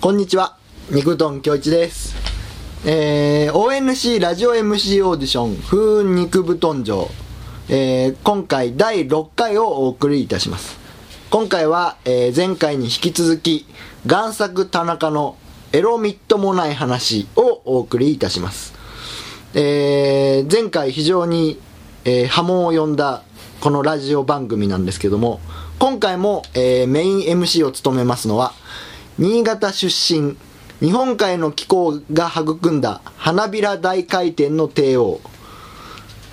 こんにちは、肉豚京一です。えー、ONC ラジオ MC オーディション、風雲肉ぶとん城、えー、今回第6回をお送りいたします。今回は、えー前回に引き続き、贋作田中のエロみっともない話をお送りいたします。えー前回非常に、えー波紋を呼んだこのラジオ番組なんですけども今回も、えーメイン MC を務めますのは新潟出身日本海の気候が育んだ花びら大回転の帝王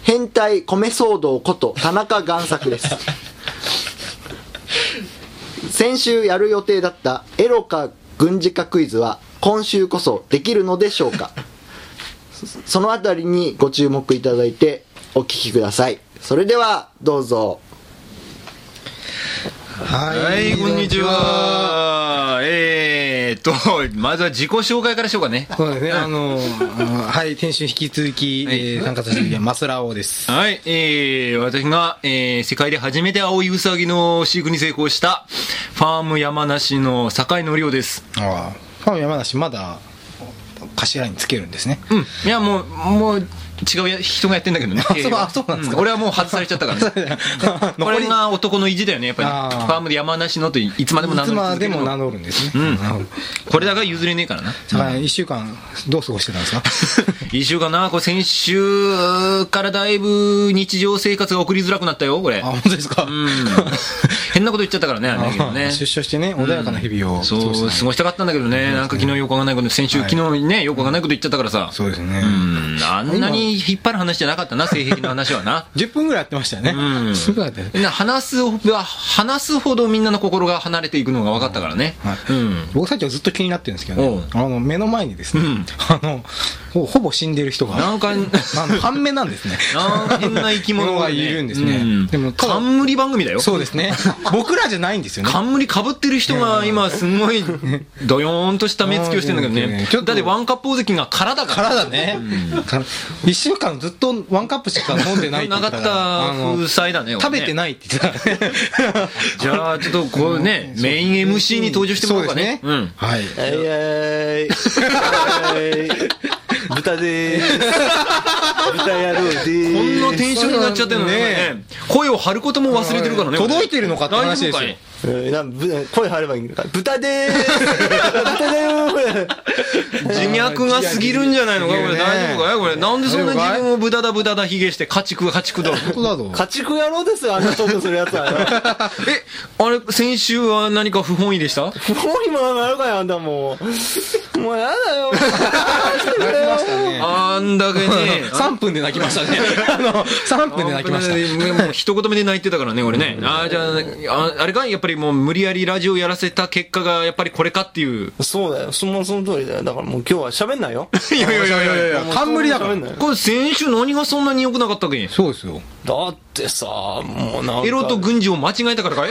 変態米騒動こと田中贋作です先週やる予定だったエロか軍事かクイズは今週こそできるのでしょうかそのあたりにご注目いただいてお聞きください。それでは、どうぞ。ははい、こんにち。は。えーっと、まずは自己紹介からしようかね。そうですね、あの、うんはい、先週引き続き、えー参加させていただきますマスラオです。はい、えー、私が、えー、世界で初めて青いウサギの飼育に成功した、ファーム山梨の坂井のりおです。ああ、ファン山梨まだ、頭につけるんです ね。うん。いや、もう、もう、違うや人がやってんだけどね。あそうえーあそうなんですか俺はもう外されちゃったからね。こ 残りれが男の意地だよね、やっぱりね。あーファームで山梨のといいつまでも名い乗つりま続けでるも名の。乗るんですうね。んなるほど。これだから譲れねえからな。だから、一週間、どう過ごしてたん ですか一週間な、これ先週からだいぶ日常生活が送りづらくなったよ、これあ、。本当ですかうん 変なこと言っちゃったからね、だけどね出所してね、穏やかな日々を過そう、ごして過ごたしたかったんだけどね、なんか昨日よくわかんないこと、先週、はい昨日ね、よくわかんないこと言っちゃったからさ。 そうですねうん、あんなに引っ張る話じゃなかったな、性癖の話は な。 10分ぐらいやってましたよね。うんすぐやって。な話す、話すほどみんなの心が離れていくのが分かったからね。はいうん。僕さっきはずっと気になってるんですけどね、あの目の前にですね、うんあのほほぼ死んでる人が、なんか、あの半目なんです ね。なんか変な生き 物がねいるんですねうでも冠番組だよ。そうですね。僕らじゃないんですよね。冠かぶってる人が今す ごいドヨーンとした目つきをしてんだけどねちょっとだってワンカップ大関が空だから体ね、から一週間ずっとワンカップしか飲んでないって言なかてったらあの風災だね食べていないって言ってたからね。じゃあちょっとこ うねメイン MC に登場してもらおうかねそうですねはい。は いはい。豚でーす。豚野郎でうんこんーなテンションになっちゃってるのねね声を張ることも忘れてるからね届いてるのかって話ですよ大丈夫かいす。うんなんぶ声張ればいいのか。豚でーす。豚だよ自虐が過ぎるんじゃないのかこれね大丈夫かいこれなんでそんな自分を豚だ豚だヒゲして家畜家 畜だ本当だぞー。。家畜野郎ですよ、あんなトークするやつは。えあれ先週は何か不本意でした不本意もなるかよ、あんたもう。もうやだ よ。あんだけ ね3分で泣きましたね。あ の、3分で泣きました。た。もう一言目で泣いてたからね、俺ね。ああ、じゃあ、ああれか、やっぱりもう無理やりラジオやらせた結果が、やっぱりこれかっていう。そうだよ、そのその通りだよ。だからもう今日は喋んないよ。いやいやいやいやいや。冠だから喋んないよこれ先週何がそんなに良くなかったっけそうですよ。だってさ、もうなんか。エロと軍事を間違えたから かい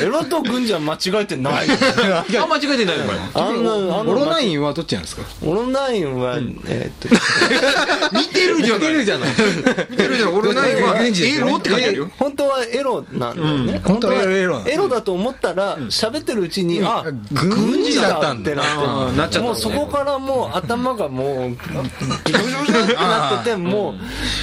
エロと軍じゃ間違えてない。あ、間違えてないのかいあんな、あんオロな、ナインはどっちなんですかオロナインは、えーっと、似てるじゃん。出るじゃない。似てるじ ゃん。俺なんか、軍事ですエよねロって書いてあるよ。本当はエロなんだよね、本当はエロエロなんだエロだと思ったら喋ってるうちに、あ軍事だったっんだてなってあーなっちゃったんだねもうそこからもう頭がもうぐしょぐしょぐしょってなってても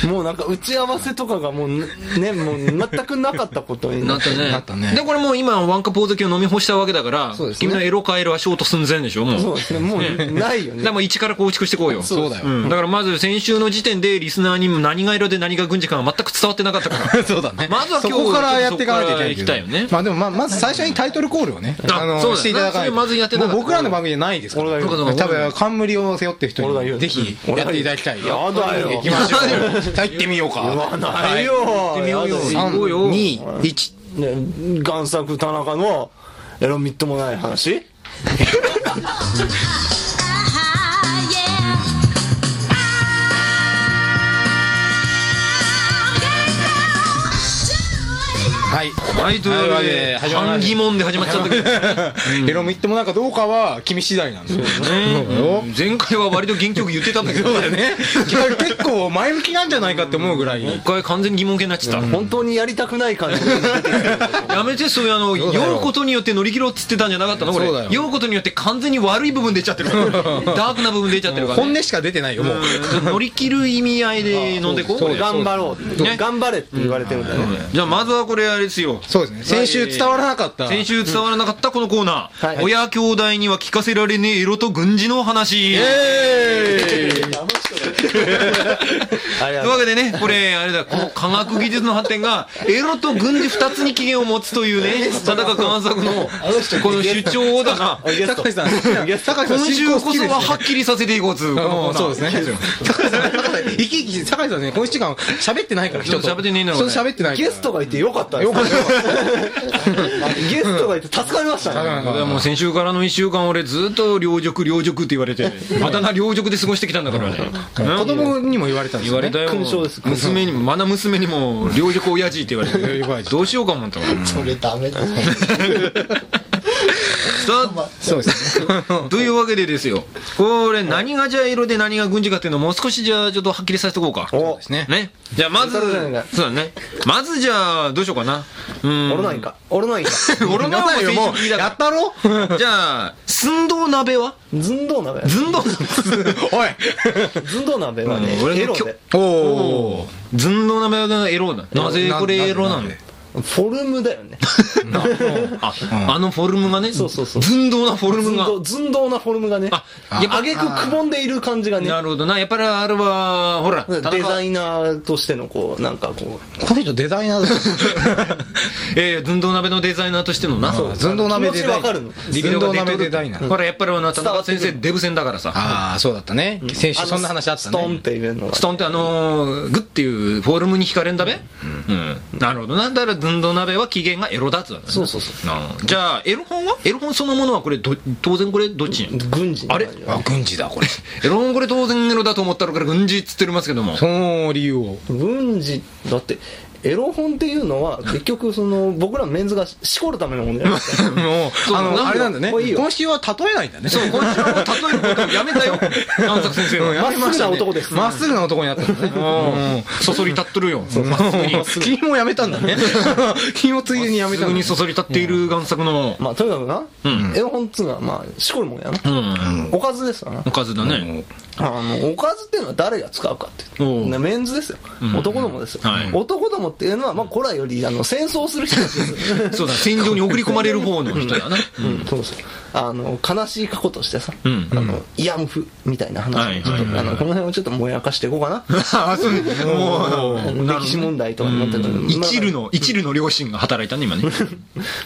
うもうなんか打ち合わせとかがもうねもう全くなかったことにななっってたね。なったねで、これもう今、ワンカポーズを飲み干したわけだから、そうですね君のエロかエロはショート寸前でしょ、もう。そうですねもうないよだからねもう一から構築していこうよ。そうだよんだからまず先週の時点でリスナーにも何が色で何が軍事かが全く伝わってなかっ たから。 そうだね。まずはそ今日こからやっていかなきゃいけないけど。そこから行きたいよねまあでもまあ、まず最初にタイトルコールをね、ああの、そうだよしていただかないと。それまずやってなかったもう僕らの番組じゃないですから。俺が言う多分、冠を背負ってる人俺が言うに、ぜひ、やっていただきたい。やだよ行きましょう。じゃあ行ってみようか。ないよ行ってみようよやだ行こうよ3、2、1。ね贋作田中のエロみっともない話 Ah, yeah. I'm getting down to it, yeah. はい。はい、というわけはで、いというわけで半疑問で始まっちゃったけど、ヘロム行ってもなんかどうかは君次第なんですよ。ね前回は割と元気よく言ってたんだ けど、そうだね。結構前向きなんじゃないかって思うぐらい。一回完全に疑問形になっちゃっ本当にやりたくない感じでた。やめて、そういうあの、うだよ酔うことによって乗り切ろうっつってたんじゃなかったのこれそうだ。よ酔うことによって完全に悪い部分出ちゃってるから。ダークな部分出ちゃってるから本ね。音しか出てないよ、もう。うん乗り切る意味合いで飲んでこうこれ頑張ろうって、ね頑張れって言われてるんだね、じゃあまずはこれあれですよ。そうですね。先週伝わらなかった。先週伝わらなかったこのコーナー、はい親兄弟には聞かせられねえエロと軍事の話、 ありがとといううわけでねこれあれだこの科学技術の発展がエロと軍事2つに起源を持つというね田中監作のこの主張をだがゲスト。高橋さん、高橋さん、今週進行好こきそですねははっきりさせていこうつうこのコーナーそうですね。高橋さん、高橋さん 生き生き、高橋さんね、この一時間喋ってないから、人と。喋ってねえんだろう人ねと喋ってないから。ゲストがいてよかったですねゲストがいて助かりましたね俺はもう先週からの1週間俺ずっと両塾両塾って言われてまたな両塾で過ごしてきたんだからね子供にも言われたんです言わよれね。たよ勲章です娘にもまだ娘にも両塾親父って言わ両塾れ親て父どうしようか思ったからそれダメだねさそうですね。あ というわけでですよこれ何がじゃあ色で何が軍事かっていうのをもう少しじゃあちょっとはっきりさせておこうかおですね。ねじゃあまずそそうだうねだねまずじゃあどうしようかなうんオロナインかオロナインか俺のないよ、ももうう。やったろじゃあ寸胴 鍋は寸 胴鍋寸胴鍋おい寸胴鍋はねうん俺のエロきょでおー。寸胴鍋がエロななぜこれエロなのぜフォルムだよね ああのフォルムがねそうそうそう寸胴なフォルム寸が胴寸胴なフォルムがねああげくくぼんでいる感じがねなるほどなやっぱりあれはほらデザインイナーとしてのこうなんかここの人デザイナ ーだ ええ寸胴鍋のデザイナーとしてのなう寸胴鍋デザイナー。気持ちわかるの寸胴鍋デザイナー。ほらやっぱりあの田中先生デブ戦だからさああ、そうだったね。先週そんな話あったストンっね。ていうのがストンってあのーグッっていうフォルムに惹かれんだべうんなるほどなだから寸胴鍋は起源がエロだっつうそうそうそうじゃあエロ本はエロ本そのものはこれど当然これどっちう軍事のあれ感じあ、軍事だ、これ。エロ本これ当然エロだと思ったらこれ軍事っつってますけどもその理由を。軍事だってエロ本っていうのは結局その僕らメンズがしこるためのも のじゃないですかもう、うあなんの、だあれなんだね。もういいよ今週は例えないんだね。そう今週はもう例えることをやめたよ探索先生うんはやめましたねまっすぐな男ですまっすぐな男になったんだね。うんそそり立っとるよまっすぐに 君もやめたんだね。 君もついでにやめすたぐんにだ。そそり立っている贋作のまあとにかくな、うんエロ本っつうのはまあしこるもんやな、うんおかずですわなおかずだねあのおかずっていうのは誰が使うかっておうねメンズですよ、ん男どもですよ、はい男どもっていうのはまあ古来よりあの戦争する人たちですよそうだ戦場に送り込まれる方の人だなうん、そうそうあの悲しい過去としてさ、うんあのイヤムフみたいな話をちょっはいはいはいとあのこの辺をちょっともやかしていこうかなあそうもあの歴史問題とかになってるのでまあ一縷の一縷の両親が働いたね今ね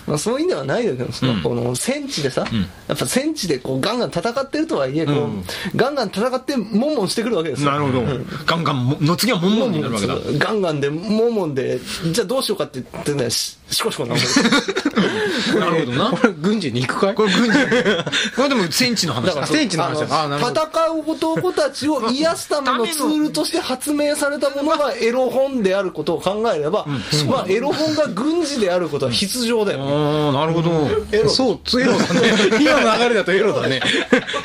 まあ、そういうんではないけど、そのうんこの戦地でさ、んやっぱ戦地でこうガンガン戦ってるとはいえ、こううんガンガン戦って、もんもんしてくるわけです よ。なるほどガンガンもの次はモンモンになるわけだそうガンガンで、もんもんで、じゃあどうしようかって言ってね、ししこしこなんだ なるほどなこれ軍事に行くかいこれ軍事これでも戦地の話だだから、ステージの話だああのなるほど戦う男たちを癒すためのツールとして発明されたものがエロ本であることを考えれば、まあ、エロ本が軍事であることは必要だよね。ああなるほどエロそう、つエロだね。今の流れだとエロだね。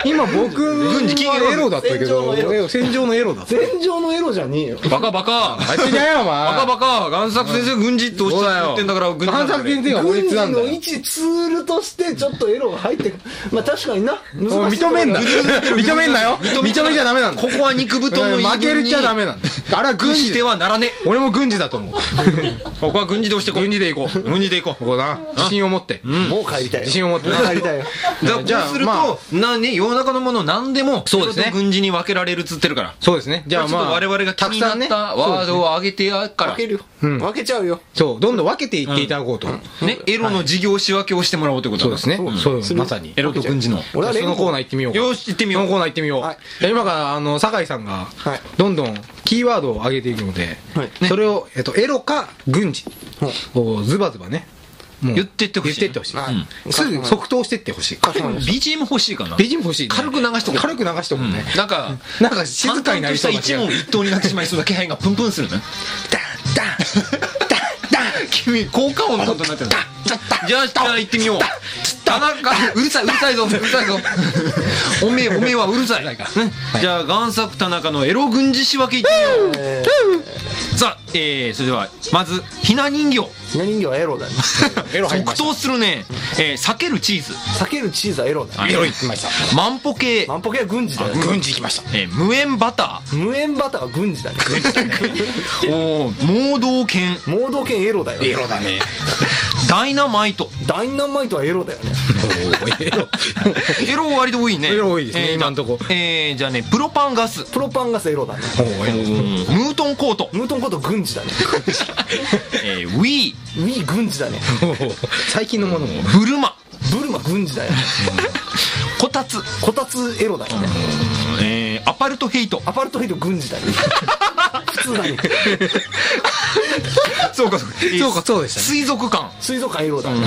今僕 軍事禁煙エロだったけど、戦場俺戦場ののエエロだった。戦場のエロじゃねえよ。バカバカあいつじゃよ、お前。バカバカ贋作先生軍事っておっしそうだゃよ。ってんだから軍事監なん察だよ検定が法軍律な事んだのよ。一ツールとしてちょっとエロが入ってくるまあ確かになおい難しい認めんな。 認めんなよ。認めちゃダメなんだ。ここは肉布団の負けるちゃダメなんだ。あれは軍軍事事でではならねえ俺も軍事だと思う。 ここは軍事で押してこう軍事で行こう。軍事で行こうここだな。自信を持って。もう帰りたいよ自信を持ってもう帰りたいよだからじゃあこうすると、まなね、世の中のもの何でも、そうですねそれと軍事に分けられるっつってるから。そうですね。じじゃあゃあ、まあ。我々が気たくになさっんね。たワードを上げてやっから、分けるよん分けちゃうよそう、どんどん分けていっていただこうと。ね、エロの事業仕分けをしてもらおうということそうだですね。そうすよ、るまさに。エロと軍事の。俺はそレンのココーンナー行ってみようか。よし、行ってみそよのコーう。ナー行ってみよう。はいじゃあ今から、あの、酒井さんが、はいどんどんキーワードを上げていくので、はいねそれを、えっと、エロか軍事はいをズバズバね、もう言ってってほしい言ってってほしい。はいうんすぐ即答してってほしい。 BGM 欲しいかな。美人欲しいね、軽く流しとこう軽く流しとこうね。な んか、なんか静かになりそう淡な々気がとした一問一答になってしまいそうな気配がプンプンするね。ダンダンダンダン君、効果音のことになってる。じゃあ、じゃあ行ってみよう。田中、うるさい、うるさいぞ、うるさいぞ。おめえ、おめえはうるさい。じゃあ、贋作田中のエロ軍事仕分け行ってみよう。さあ、えー、それでは、まず、ひな人形。ひな人形はエロだね。 エロ入りま即した答するね、えー、避けるチーズ。避けるチーズはエロだね。エロいきました万歩計、万歩計は軍事だよ。軍事行きましたえー無塩バタ 無縁バターは軍事だね。ー、おー盲導犬、盲導犬エロだよ。エロだねダイナマイト。ダイナマイトはエロだよね。エロエロ割と多いね。エロ多いですねえー今んとこえー、じゃあね、プロパンガス、プロパンガスエロだね。ムートンコート、ムートンコート軍事だね。えー、ウィー、ウィー軍事だね。最近のものもブルマ、ブルマ軍事だよね。こたつ、こたつエロだよね。えー、アパルトヘイト。アパルトヘイト軍事だね。普通だね。そうか、そうか、そうかそうでしたね水族館、水族館エロだね。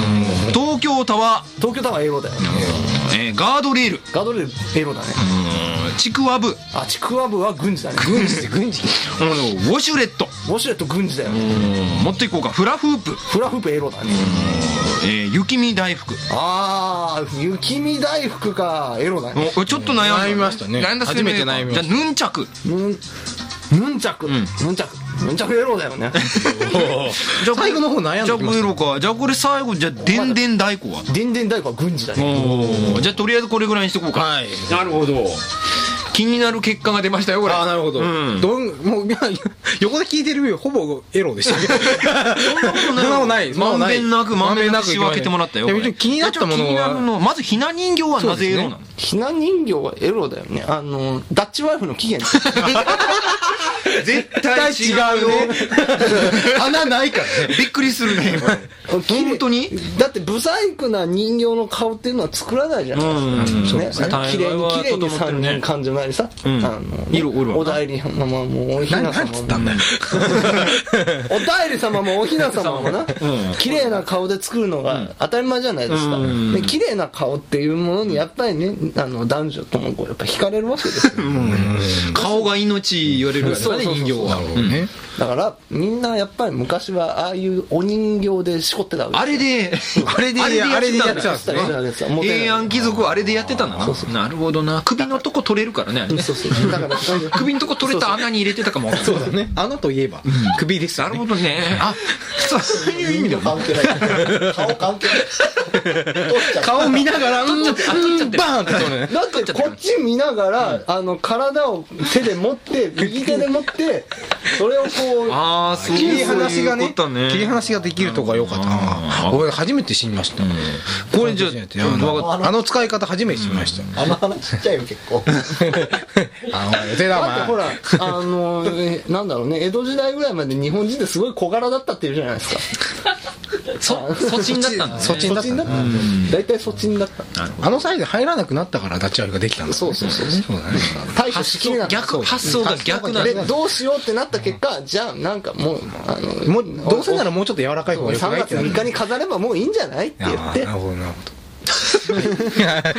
東京タワ東京タワーエロだよね。ー、えー、ガードレール、ガードレールエロだね。ちくわぶ、うんあ、ちくわぶは軍事だね。軍事で軍事ウォシュレット、ウォシュレット軍事だよね。持っていこうか、フラフープ、フラフープエロだね。えー、雪見大福。あー、雪見大福か。エロだね。おちょっと悩んだ悩みましたね悩んだ末初めて悩みましたじゃあヌンチャクヌン、ヌンチャク。ヌンチャク。ヌンチャクエロ だよね。じゃあ最後の方悩んじでゃあきましこたれかじゃあこれ最後じゃあでんでん太鼓はでんでん大福は軍事だね。おーじゃあとりあえずこれぐらいにしてこうかはいなるほど気になる結果が出ましたよこれああなるほど、うんどんもういや横で聞いてるよほぼエロでしたけどそんなことないそんなことまんなべいんなくまんべんなく仕分けてもらったよこいやれ別に気になったものいやちはょっと気になるのまずひな人形はなぜエロなのそうひな人形はエロだよね。あの、ダッチワイフの起源。絶絶対違 うね穴ないからねびっくりするねこれ 本当にだって、不細工な人形の顔っていうのは作らないじゃないですか。ね。そう綺麗に、綺麗大概は整っにてる三ね人感じもありさ。あんの色々はおだいり様も、おひ何な何様つったんも。だよ おだいり様も、おひな様 もな。綺麗な顔で作るのが当たり前じゃないですか。で綺麗な顔っていうものに、やっぱりね、あの、男女ともこう、やっぱ惹かれるわけで すよ。顔が命言われるからね人形はねだから、みんなやっぱり昔は、ああいうお人形でしこってたわけあれで、あれでやってたんだあれでやってたんですねそうですそうです平安貴族はあれでやってたんだな。なるほどな。首のとこ取れるからね。そうそう。だから、首のとこ取れた穴に入れてたかもわかんない。そうだね穴といえば、首ですよなるねほどね。あ、そういう意味でも。関係ない顔関係ない落としちゃう顔見ながら取っちゃって、あ、取っちゃってる。バーンって取るねだってこっち見ながら、あの体を手で持って右手で持ってそれをこうああ、そう切いりう離しがそういねうことね。切り離しができるとかよかったな俺初めて知りました、これじゃあ初めてあのあの使い方初めて知りました、あの話ちっちゃいよ結構あの予定だだってほわら あのえなんだろうね江戸時代ぐらいまで日本人ってすごい小柄だったっていうじゃないですかそ、そちんだったんだね。そっちにだった粗んだなったんだよ大体そっちにだったあのサイズ入らなくなったからダチアイができたんだそうそうそうそうだね対処し発きれな想、かっ逆、発想が逆なたんでだ。どうしようってなった結果じゃあなんかもうあのもうどうせならもうちょっと柔らかい方がよく3ないっ月てなる3日に飾ればもういいんじゃないって言あっーてなるほどなるほどこ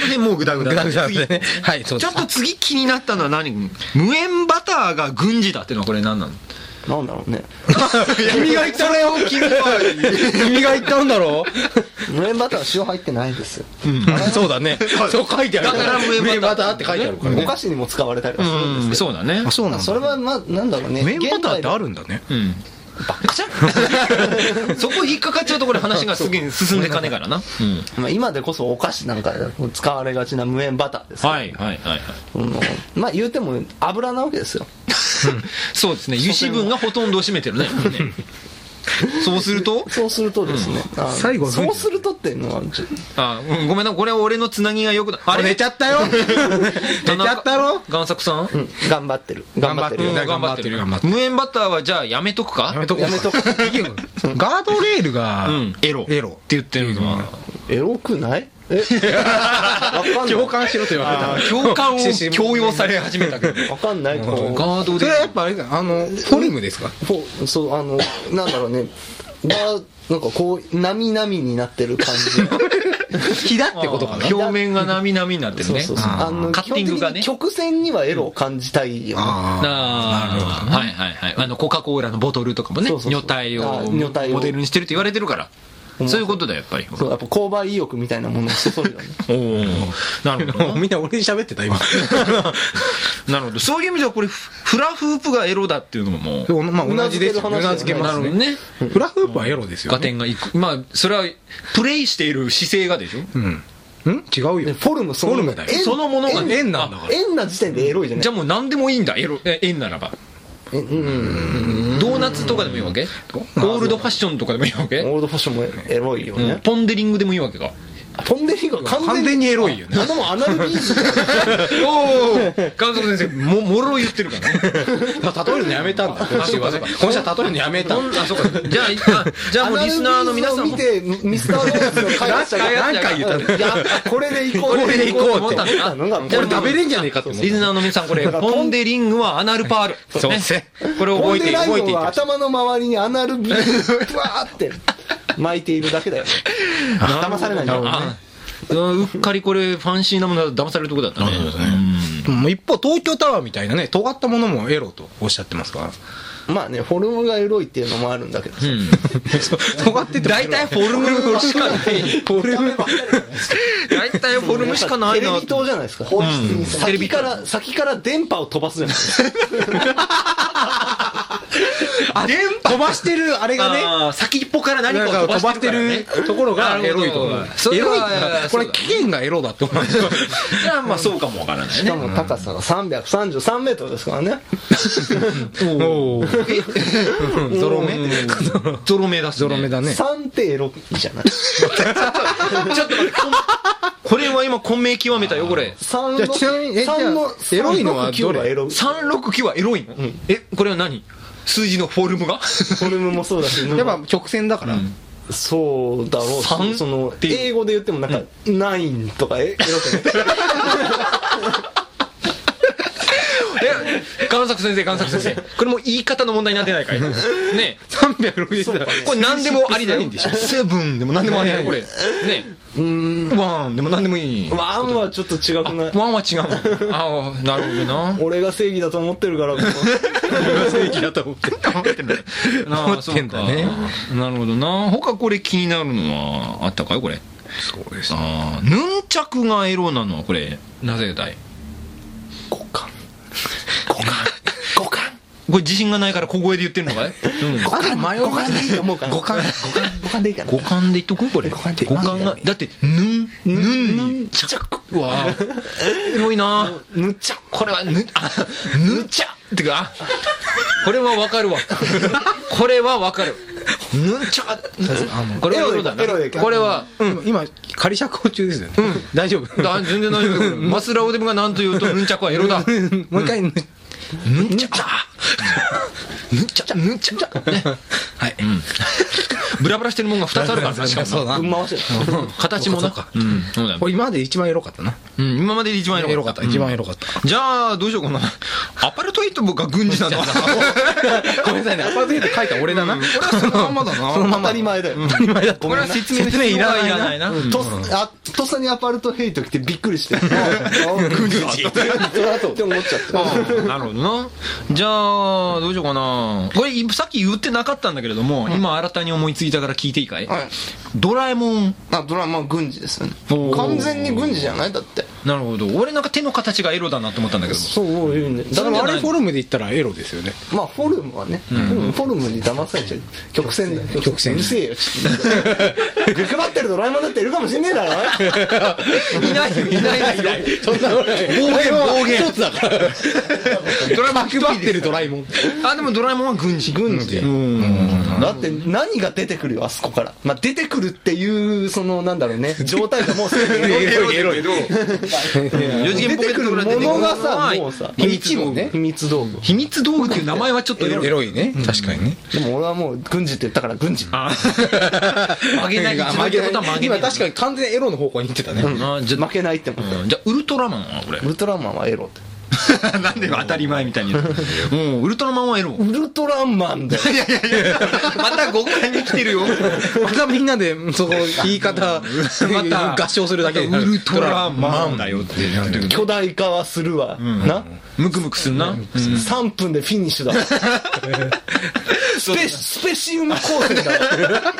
れでもうグダググダグダでねはいそうちでょっすと次気になったのは何無塩バターが軍事だってのはこれ何なのなんだろうね君が言ったのよ君は君が言ったんだろ無塩バターは塩入ってないですよそうだねそう書いてあるだから無名塩ババタターーって書いてあるからおね菓子にも使われたりはするんですけどそうだねあ。そうなんそれはまあなんだろうねメンバターってあるるんだねうん。ばっかじゃ んそこ引っかかっちゃうとこれ話がすげえ進んでかねえからな。うん。まあ今でこそお菓子なんかで使われがちな無塩バターですけどはいはいはいはい。そのまあ言うても油なわけですよそうですね。油脂分がほとんどを占めてるね。そうするとそうするとですね、あの最後はそうするとっていうのはちょあ、うんごめんな、これは俺のつなぎがよくない。ああれ寝ちゃった よ寝田ち中ゃったろ贋作さんうん頑張ってる頑張ってるうよん頑張ってる頑張って無塩バターはじゃあやめとくかやめとこうやめとこう ガードレールがうんエロエロって言ってるのはエロくない えわかんない共感しろと言われた共 感を強要され始めたけど。わかんないこうガードそれでは。やっぱあれだあのフォルムですかこうそうあのなんだろうねがなんかこうなみなみになってる感じ ひだってことかな表面がなみなみになってるそうねそうそう。あの、カッティングがね基本的に曲線にはエロを感じたいよね。なるほど、はいはいはいあのコカ・コーラのボトルとかもねそうそうそう女体あを女体をモデルにしてると言われてるからそういうことだよやっぱりそう、やっぱ購買意欲みたいなものをそそるよね。おー なるほどみんな俺に喋って た今なるほどそういう意味ではこれフフラフープがエロだっていうのもそうまあ同じですようなずける話だようなずけなるほねますどねねフラフープはエロですよ合ね点がいくまあそれはプレイしている姿勢がでしょうんん違うでよフォルムそフォのルムものだ。よ円そのものがね円なんだから円な時点でエロいじゃないじゃあもう何でもいいんだエロえ円ならばえうんうんドーナツとかでもいいわけオールドファッションとかでもいいわけ、オールドファッションもエロいようんね。ポンデリングでもいいわ けかポンデリングは完完全全に。にエロいよねあ、でもアナルビーズだよおお監督先生ももろ言ってるからね まあ例えるのやめたんだあそうかそうかこの人は例えるのやめたんだあそうかじゃあいあ じゃあもうリスナーの皆さんアもナルビーズを見て、ミスターローズの開発者が、何回言ったいやこれで行こうこれで行こうって思ったのなかんかじゃあ俺食べれんじゃねえかと思ってリスナーの皆さん これポンデリングはアナルパールそうねそうこれを覚ポンえデてライ覚えオていンってはほしい頭の周りにアナルビーズ、ふわーって巻いているだけだよ。騙されないんだよ。あうんうっかりこれファンシーなものだと騙されるとこだったねもう一方東京タワーみたいなね尖ったものもエロとおっしゃってますからまあね、フォルムがエロいっていうのもあるんだけどさ。そう尖ってても大体フォルム しかないフォルム大体フォルムしかないテレなビ塔じゃないですか。テレ先ビか塔ら、先から電波を飛ばすじゃないですか。あ飛ばしてるあれがねあー先っぽから何なんかをか飛飛ばばししててるるからねところがなエるロほどいところそエれロいはからこれそうだね期限がエロだって思うんですよそれはまあそうかもわからないしかねも高さが333メートルですからね。おおゾロ目 ゾロ目だゾロ目だね3ってエロいじゃない。ちょっと待ってこんこれは今混迷極めたよこれ3じゃあの、ちなみにえじゃあ3の、エロいのはどれ369エロい369はエロいの、えこれは何数字のフォルムがフォルムもそうだし、やっぱ直線だからそうだろう三し、そのていう英語で言ってもなんか、ナインとかえエロくないえ贋作先生贓作先生これもう言い方の問題になってないかいねえ360度これ何でもありだ よセブンでも何でもありだよこれねうーん。えワンでも何でもいいワンはちょっと違くないワンは違うもんああなるほどな俺が正義だと思ってるから、ここ正義だと思って な思ってんだねそうかなるほどな他これ気になるのはあったかいこれそうですああヌンチャクがエロなのはこれなぜだい股間。股間。股間。 これ自信がないから小声で言ってるの かい、うんあでも迷わ五感でいいと思うかな五感五感五感でいいかな五感で言っとくこれ五感で五感がだってヌンヌンにチャクわあエロいなむっちゃこれはぬあぬちゃってかこれはわかるわこれはわかるぬちゃこれはエロだなエロいエロいこれは今仮釈放中ですよね大丈夫あ全然大丈夫マスラオデブが何と言うとヌンチャクはエロだヌもう一回ぬンチャヌンチャヌンチャねはいブラブラしてるもんが2つあるからなしかもそうだぶんな回してる形もそなうかうんそうだよこれ今まで一番エロかったなうん今までで一番エエロロかかっったた一一番番エロかったじゃあどうしようか なアパルトヘイト僕が軍事なのごめんなさいねアパートヘイト書いた俺だなそのままだなそのま当またり前だよ当たり前だったこれは説明の必要がいらないなうんとっあとっさにアパルトヘイト来てびっくりして軍事って思っちゃったうんなるほどなじゃあどうしようかなこれいさっき言ってなかったんだけれども、今新たに思いついたから聞いていいかい、はいドラえもんあドラマは軍事ですよねおー完全に軍事じゃないだってなるほど俺なんか手の形がエロだなと思ったんだけどそういうねだだかかららああれれフォルムで言ったらエロですよねまあフォルムはね、うんフォルムに騙されちゃう曲線で曲線うるせえよちょっ と欲張ってるドラえもんだっているかもしんねえだろいないよいないよいないよ そんな俺暴言暴言一つだからドラえもん配ってるドラえもんあでもドラえもんは軍事軍事だって何が出てくるよあそこから、まあ、出てくるっていうそのなんだろうね状態がもうすでにエロいエロい 四次元ポケットから出てくるのものがはさもうさ秘密もね秘密道具秘密道具っていう名前はちょっとエロいエロいね確かにねでも俺はもう軍事って言ったから軍事あ曲げない一番ってことは曲げ今ない確かに完全にエロの方向に行ってたねあじゃあ負けないって思ってうんじゃあウルトラマンはこれウルトラマンはエロって なんで当たり前みたいに言うのもうウルトラマンはエロウルトラマンで。いやいやいやまた誤解に来てるよまたみんなで、その言い方、また合唱するだけでウルトラマンだよってなんていうの巨大化はするわ。な、ムクムクするな、うん3分でフィニッシュだわスペスペシウム光線だわ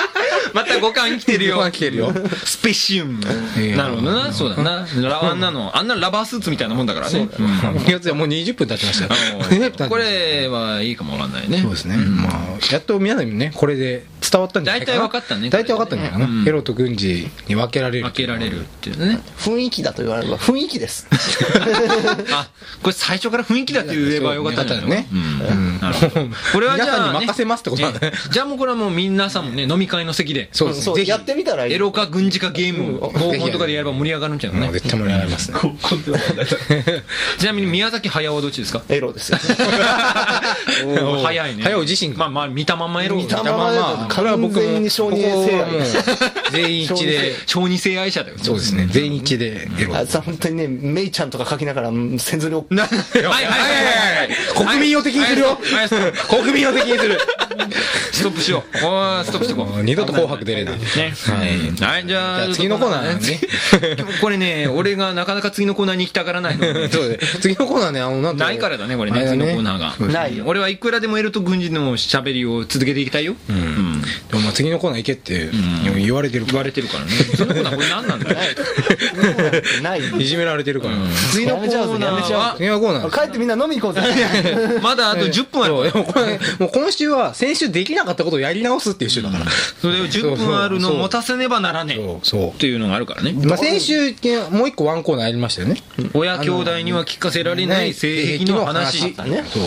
また五感来てる よ五感来てるよスペシウムなるほどなそうだなラあんなのあんなラバースーツみたいなもんだからねいやつはもう20分経ちましたようんこれはいいかもわかんないねそうですね、まあやっと宮崎にねこれで伝わったんじゃないかな大体分かったね大体分かったんじゃないかな、うんエロと軍事に分けられる分けられるっていうね雰囲気だと言われれば雰囲気です。あこれ最初から雰囲気だって言えばよかったんじゃないのねうんなるほどこれはじゃあ、ね、皆さんに任せますってことだねええじゃあもうこれはもう皆さんもね飲み会の席でそううですんねそうぜひやってみたらいい。エロか軍事かゲームを合コンとかでやれば盛り上がるんじゃなもいう ね絶対盛り上がりますねちなみに宮崎駿はどっちですかエロですよ、ね。 おー早いね駿自身まあまあ見たまんまエロ見たまんまエロまあまあこれは僕も完全に承認性ここはもう全員一致で小児性愛者だよそうですね全員一致でエロあいつは本当にね、メイちゃんとか書きながら、うん先祖に送っな はいはいはいはいはい国民を敵にするよはいはいストップ国民を敵にするストップしようおーストップしとこう二度と紅白出れないねはい、はい、じゃあじゃあ次のコーナーね これね俺がなかなか次のコーナーに行きたがらないのねそうで次のコーナーねあのなんとないからだねこれねあだ次のコーナーがそうですねないよ。俺はいくらでもエロと軍事の喋りを続けていきたいよ、うんでもまあ次のコーナー行けって言われてる言われてるからねそのコーナーこれ何なんだよない。 いじめられてるから次のコーナやめーちゃはう次のコーナー 帰ってみんな飲み行こうぜ。 まだあと10分あるそうでもこれもう今週は先週できなかったことをやり直すっていう週だからそれを10分あるのをそう持たせねばならねえそうっていうのがあるからねまあ、先週、もう一個ワンコーナーやりましたよね。親兄弟には聞かせられない性癖の話性癖のねそう。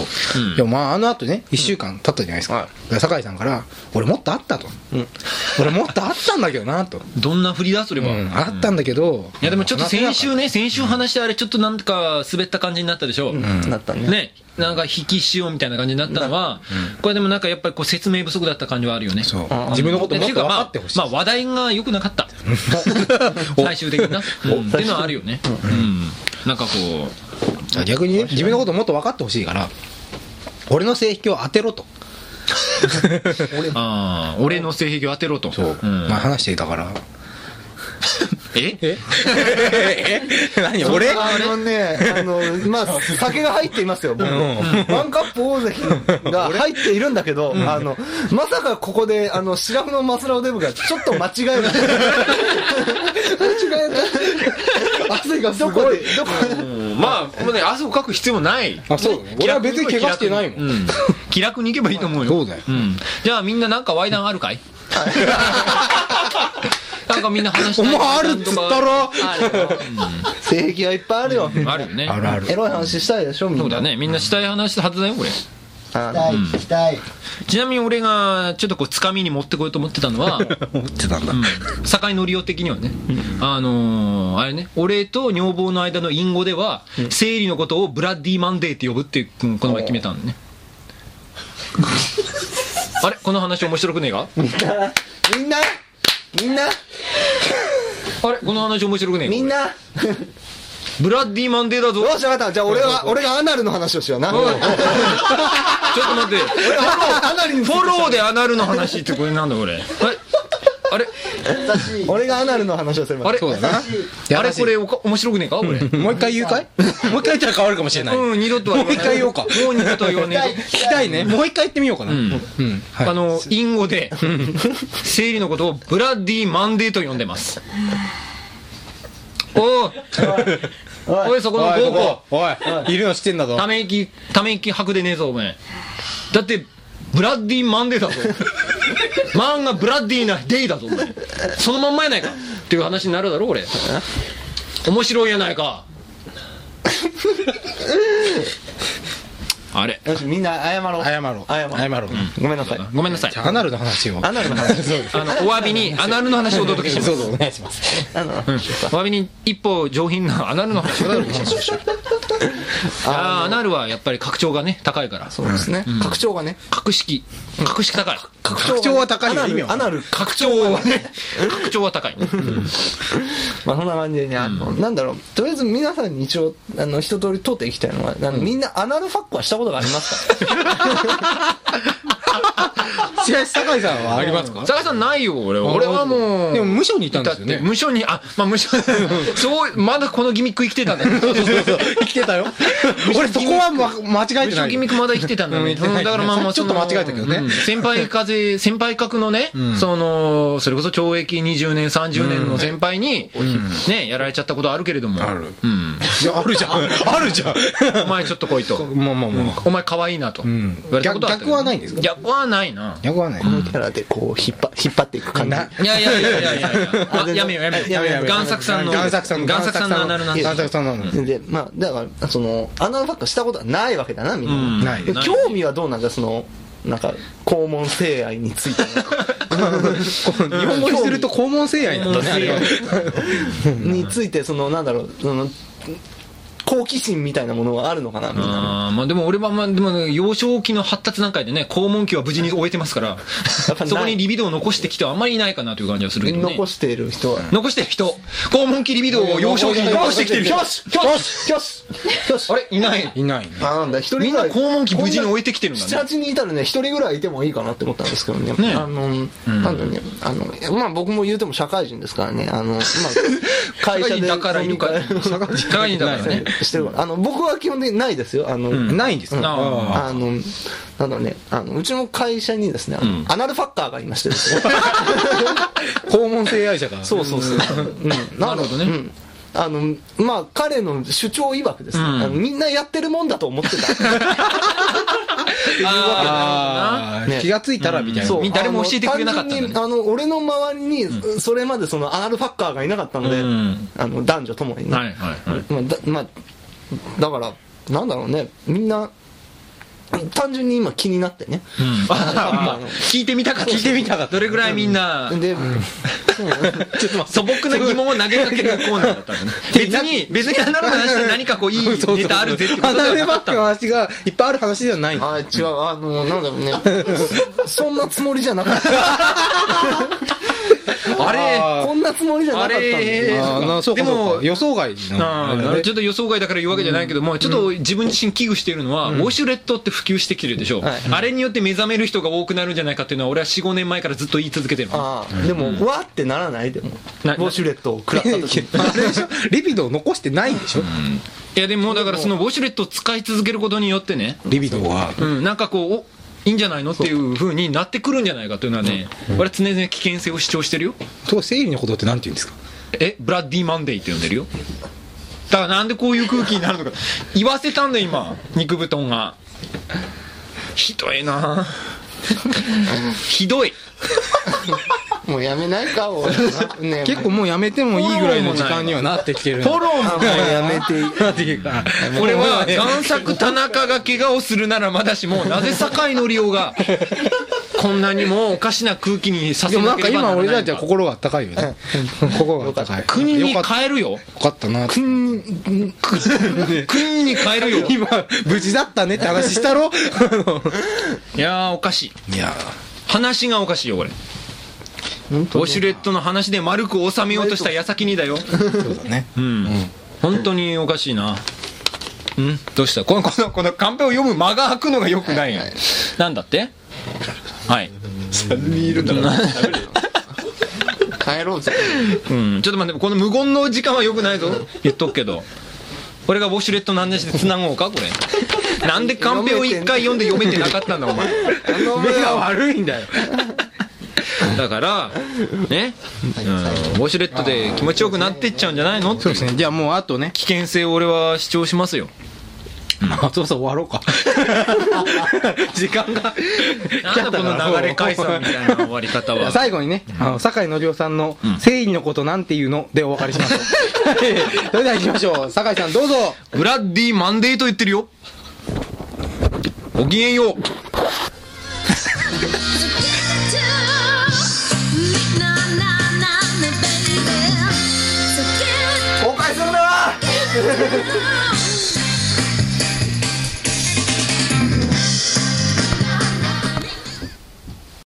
でもまあ、あの後ね、一週間経ったじゃないですか。だから酒井さんから、俺もっとあったと。俺もっとあったんだけどな、と。どんな振りだそれうは、ん、あったんだけど。いやでもちょっと先週ね。ね先週話してあれちょっとなんか滑った感じになったでしょ、なったね。ねなんか引きしようみたいな感じになったのは、これでもなんかやっぱりこう説明不足だった感じはあるよねそう。自分のこともっと分かってほしい。まあ、まあ話題が良くなかった 最終的にな、うんっていうのはあるよね、うん、なんかこ逆にね、自分のこともっと分かってほしいから、俺の性癖を当てろと。うあー俺の性癖を当てろとうんまあ話していたから。えええ 何俺あのね、あ の、まあ、酒が入っていますよ、僕。ワンカップ大関が入っているんだけど、あの、まさかここで、あの、シラフのマスラオデブがちょっと間違える。間違えた。汗がすごい。どこで、どこでうんまあもうね汗をかく必要もないあ、そう。俺は別に怪我してないもん。 うん気楽にいけばいいと思うよそうだよんじゃあみんななんかワイダンあるかいなんかみんな話しおたい前あるっつったろ性癖はいっぱいあるよ。あるよねあるあるエ。ロい話したいでしょ、みんな。そうだねみんなしたい話したはずだよこれあの。たい聞きたいちなみに俺がちょっとこうつかみに持ってこようと思ってたのは思ってたんだ。酒井のりお的にはね、あのーあれね俺と女房の間の隠語では、生理のことをブラッディマンデーって呼ぶっていううんこの前決めたんだ ねあれこの話面白くねえかみんなみんなあれこの話面白くねえかみんなブラッディマンデーだぞよし、わかった。じゃあ俺は、俺がアナルの話をしような。おいちょっと待ってアナルにつフいてォローでアナルの話ってこれなんだこれあれあれ優しい俺がアナルの話をすればあれそうだな。あれこれおか面白くねえかこれもう一回言うかいもう一回言ったら変わるかもしれない。うん、二度とは言わもう一ない回言おう かもう二度とは言わねえぞ 聞きたいね。もう一回言ってみようかな。うん。はいあの、隠語 で、生理のことをブラッディマンデーと呼んでます。 おおい、おい、そこのおい豪語。おいおい、いるの知ってんだぞた。め息、ため息吐くでねえぞ、お前。だって、ブラッディマンデー だぞ。マンがブラッディなデイだぞ、お前。そのまんまやないか。っていう話になるだろ、俺。面白いやない か。あれ。よし、みんな謝ろう。謝ろう。謝ろう。ろう。ごめんなさい。ごめんなさい。じゃあ、アナルの話を。アナルの話。あの、お詫び に、アナルの話をお届けしますど。う ぞお願いします。アナルの話。 お詫びに一歩上品なアナルの話をお届けしましょうあーアナルはやっぱり拡張がね高いからそうですね。拡張がね。格式格式高い拡張は高いよ意味はアナル。アナル拡張はね 拡張は高いまあそんな感じでね、あの、なんだろう、とりあえず皆さんに一応、あの、一通り通っていきたいのは、あのみんなアナルファックはしたことがありますから。しかし酒井さんはありますか佐賀さんないよ俺は俺はもうでも無償にいたんだでっすてよね無償にあまあ無 償そうまだこのギミック生きてたんだね生きてたよ 俺そこはま間違え無てな償いギミックまだ生きてたんだうんね生きてないねうんだからまあまあちょっと間違えたけどねそのうん先輩風先輩格のねそのそれこそ懲役20年30年の先輩にねやられちゃったことあるけれどもあるうんいやあるじ ゃんあるじゃんお前ちょっと来いとまあまあまあお前可愛いなと言んわれたことあった逆逆よはないんですか逆はないな逆はないこのキャラでこう、引っ張、引っ張っていく感じ。ないやいやいやいやいやいやあ全然やめようやめようやめようやめよう贋作さんの贋作さんの贋作さんのアナルなんて贋作さんのアナルで、まあ、だから、その、アナルファックしたことはないわけだな、みんうんな。ないでない興味はどうなんだ、その、なんか、肛門性愛について日本語にすると肛門性愛なんだねあれはの、 について、その、なんだろう、その、好奇心みたいなものはあるのかな、みんな。あーまあでも俺は、まあ、でもね幼少期の発達段階でね肛門期は無事に終えてますからぱないそこにリビドーを残してきてはあんまりいないかなという感じはするけどね残している人は。残してる人肛門期リビドーを幼少期に残してきてる人よしよしよしよしあれいないいないねあ、なんだ、一人ぐらい。みんな肛門期無事に終えてきてるんだね7、8人いたらね、一人ぐらいいてもいいかなって思ったんですけどね。ねあの、なんだね、あの、まあ僕も言うても社会人ですからね、あの、まあ、会社で。だからいるか社会人だからねしてるあの僕は基本的にないですよあの、ないんですうんかああのなんだろうねあのうちの会社にですね、あのアナルファッカーがいまして ですねー肛門性愛者がそうそうそう、うん、なるほどねうんあのまあ彼の主張曰くですね、うんあのみんなやってるもんだと思っ てたあーね気がついたらみたいなそうみ誰も教えてくれなかったんだねあの単純にあの俺の周りに、それまでそのアナルファッカーがいなかったので、うんあの男女ともにね、はいはいはいまあ、だまあだからなんだろうねみんな単純に今気になってね、あー聞いてみたかった聞いてみたかったどれぐらいみんなで、素朴な疑問を投げかけるコーナーだったのね 別に別にアナルの話で何かこういいネタあるぜってことアでナはルなフかァッっクたのの話がいっぱいある話じゃないあ違うあのなんだろうねそそんなつもりじゃな かったあれこんなつもりじゃなかったんあれでーあーなそうかでもそうか予想外あのあちょっと予想外だから言うわけじゃないけども、ちょっと自分自身危惧しているのは、ウォシュレットって普及してきてるでしょ、はいあれによって目覚める人が多くなるんじゃないかっていうのは、俺は4、5年前からずっと言い続けてるのあーでも、わーってならないでもウなォシュレットを食らった時に あれでしょリビドを残してないんでしょいや、でもだから、そのウォシュレットを使い続けることによってね、リビドはうん、なんかこう、おいいんじゃないのっていうふうになってくるんじゃないかというのはね、俺は常々危険性を主張してるよ、そう生理のことってなんて言うんですかえ、ブラッディマンデーって呼んでるよ。だからなんでこういう空気になるのか 言わせたんだよ今肉布団がひどいなひどいもうやめないか 俺ね結構もうやめてもいいぐらいの時間にはなってきてるフォローもあもうやめていいなってきてるから俺は贋作田中が怪我をするならまだしもなぜ酒井紀夫がこんなにもおかしな空気にさでせもななんけかればな今ら俺なたいちはのか心が高いよね心が高い国によかっ変えるよよかったなって国に変えるよ今無事だったねって話したろいやーおかしい いや話がおかしいよこれウォシュレットの話で丸く収めようとした矢先にだよそうだね うん本当におかしいなうんどうしたこの このこのカンペを読む間が空くのがよくないよなんだってはい帰ろうぜうん、ちょっと待って、この無言の時間はよくないぞ。言っとくけど。これがウォシュレットなんでして繋ごうかこれ。なんでカンペを一回読んで読めてなかったんだ、お前。目が悪いんだよだから、ね、うん、ウォシュレットで気持ちよくなってっちゃうんじゃないのってそういうですねじゃあもうあとね危険性を俺は主張しますよ。あそうそう終わろうか 時間がなんだこの流れ解散みたいな終わり方は。 最後にね、あの、酒井のりおさんの、誠意のことなんていうのでお別れ しましょう。それでは行きましょう。酒井さんどうぞ。ブラッディマンデーと言ってるよ。ごきげんよう。 baby. So get 公開するな down.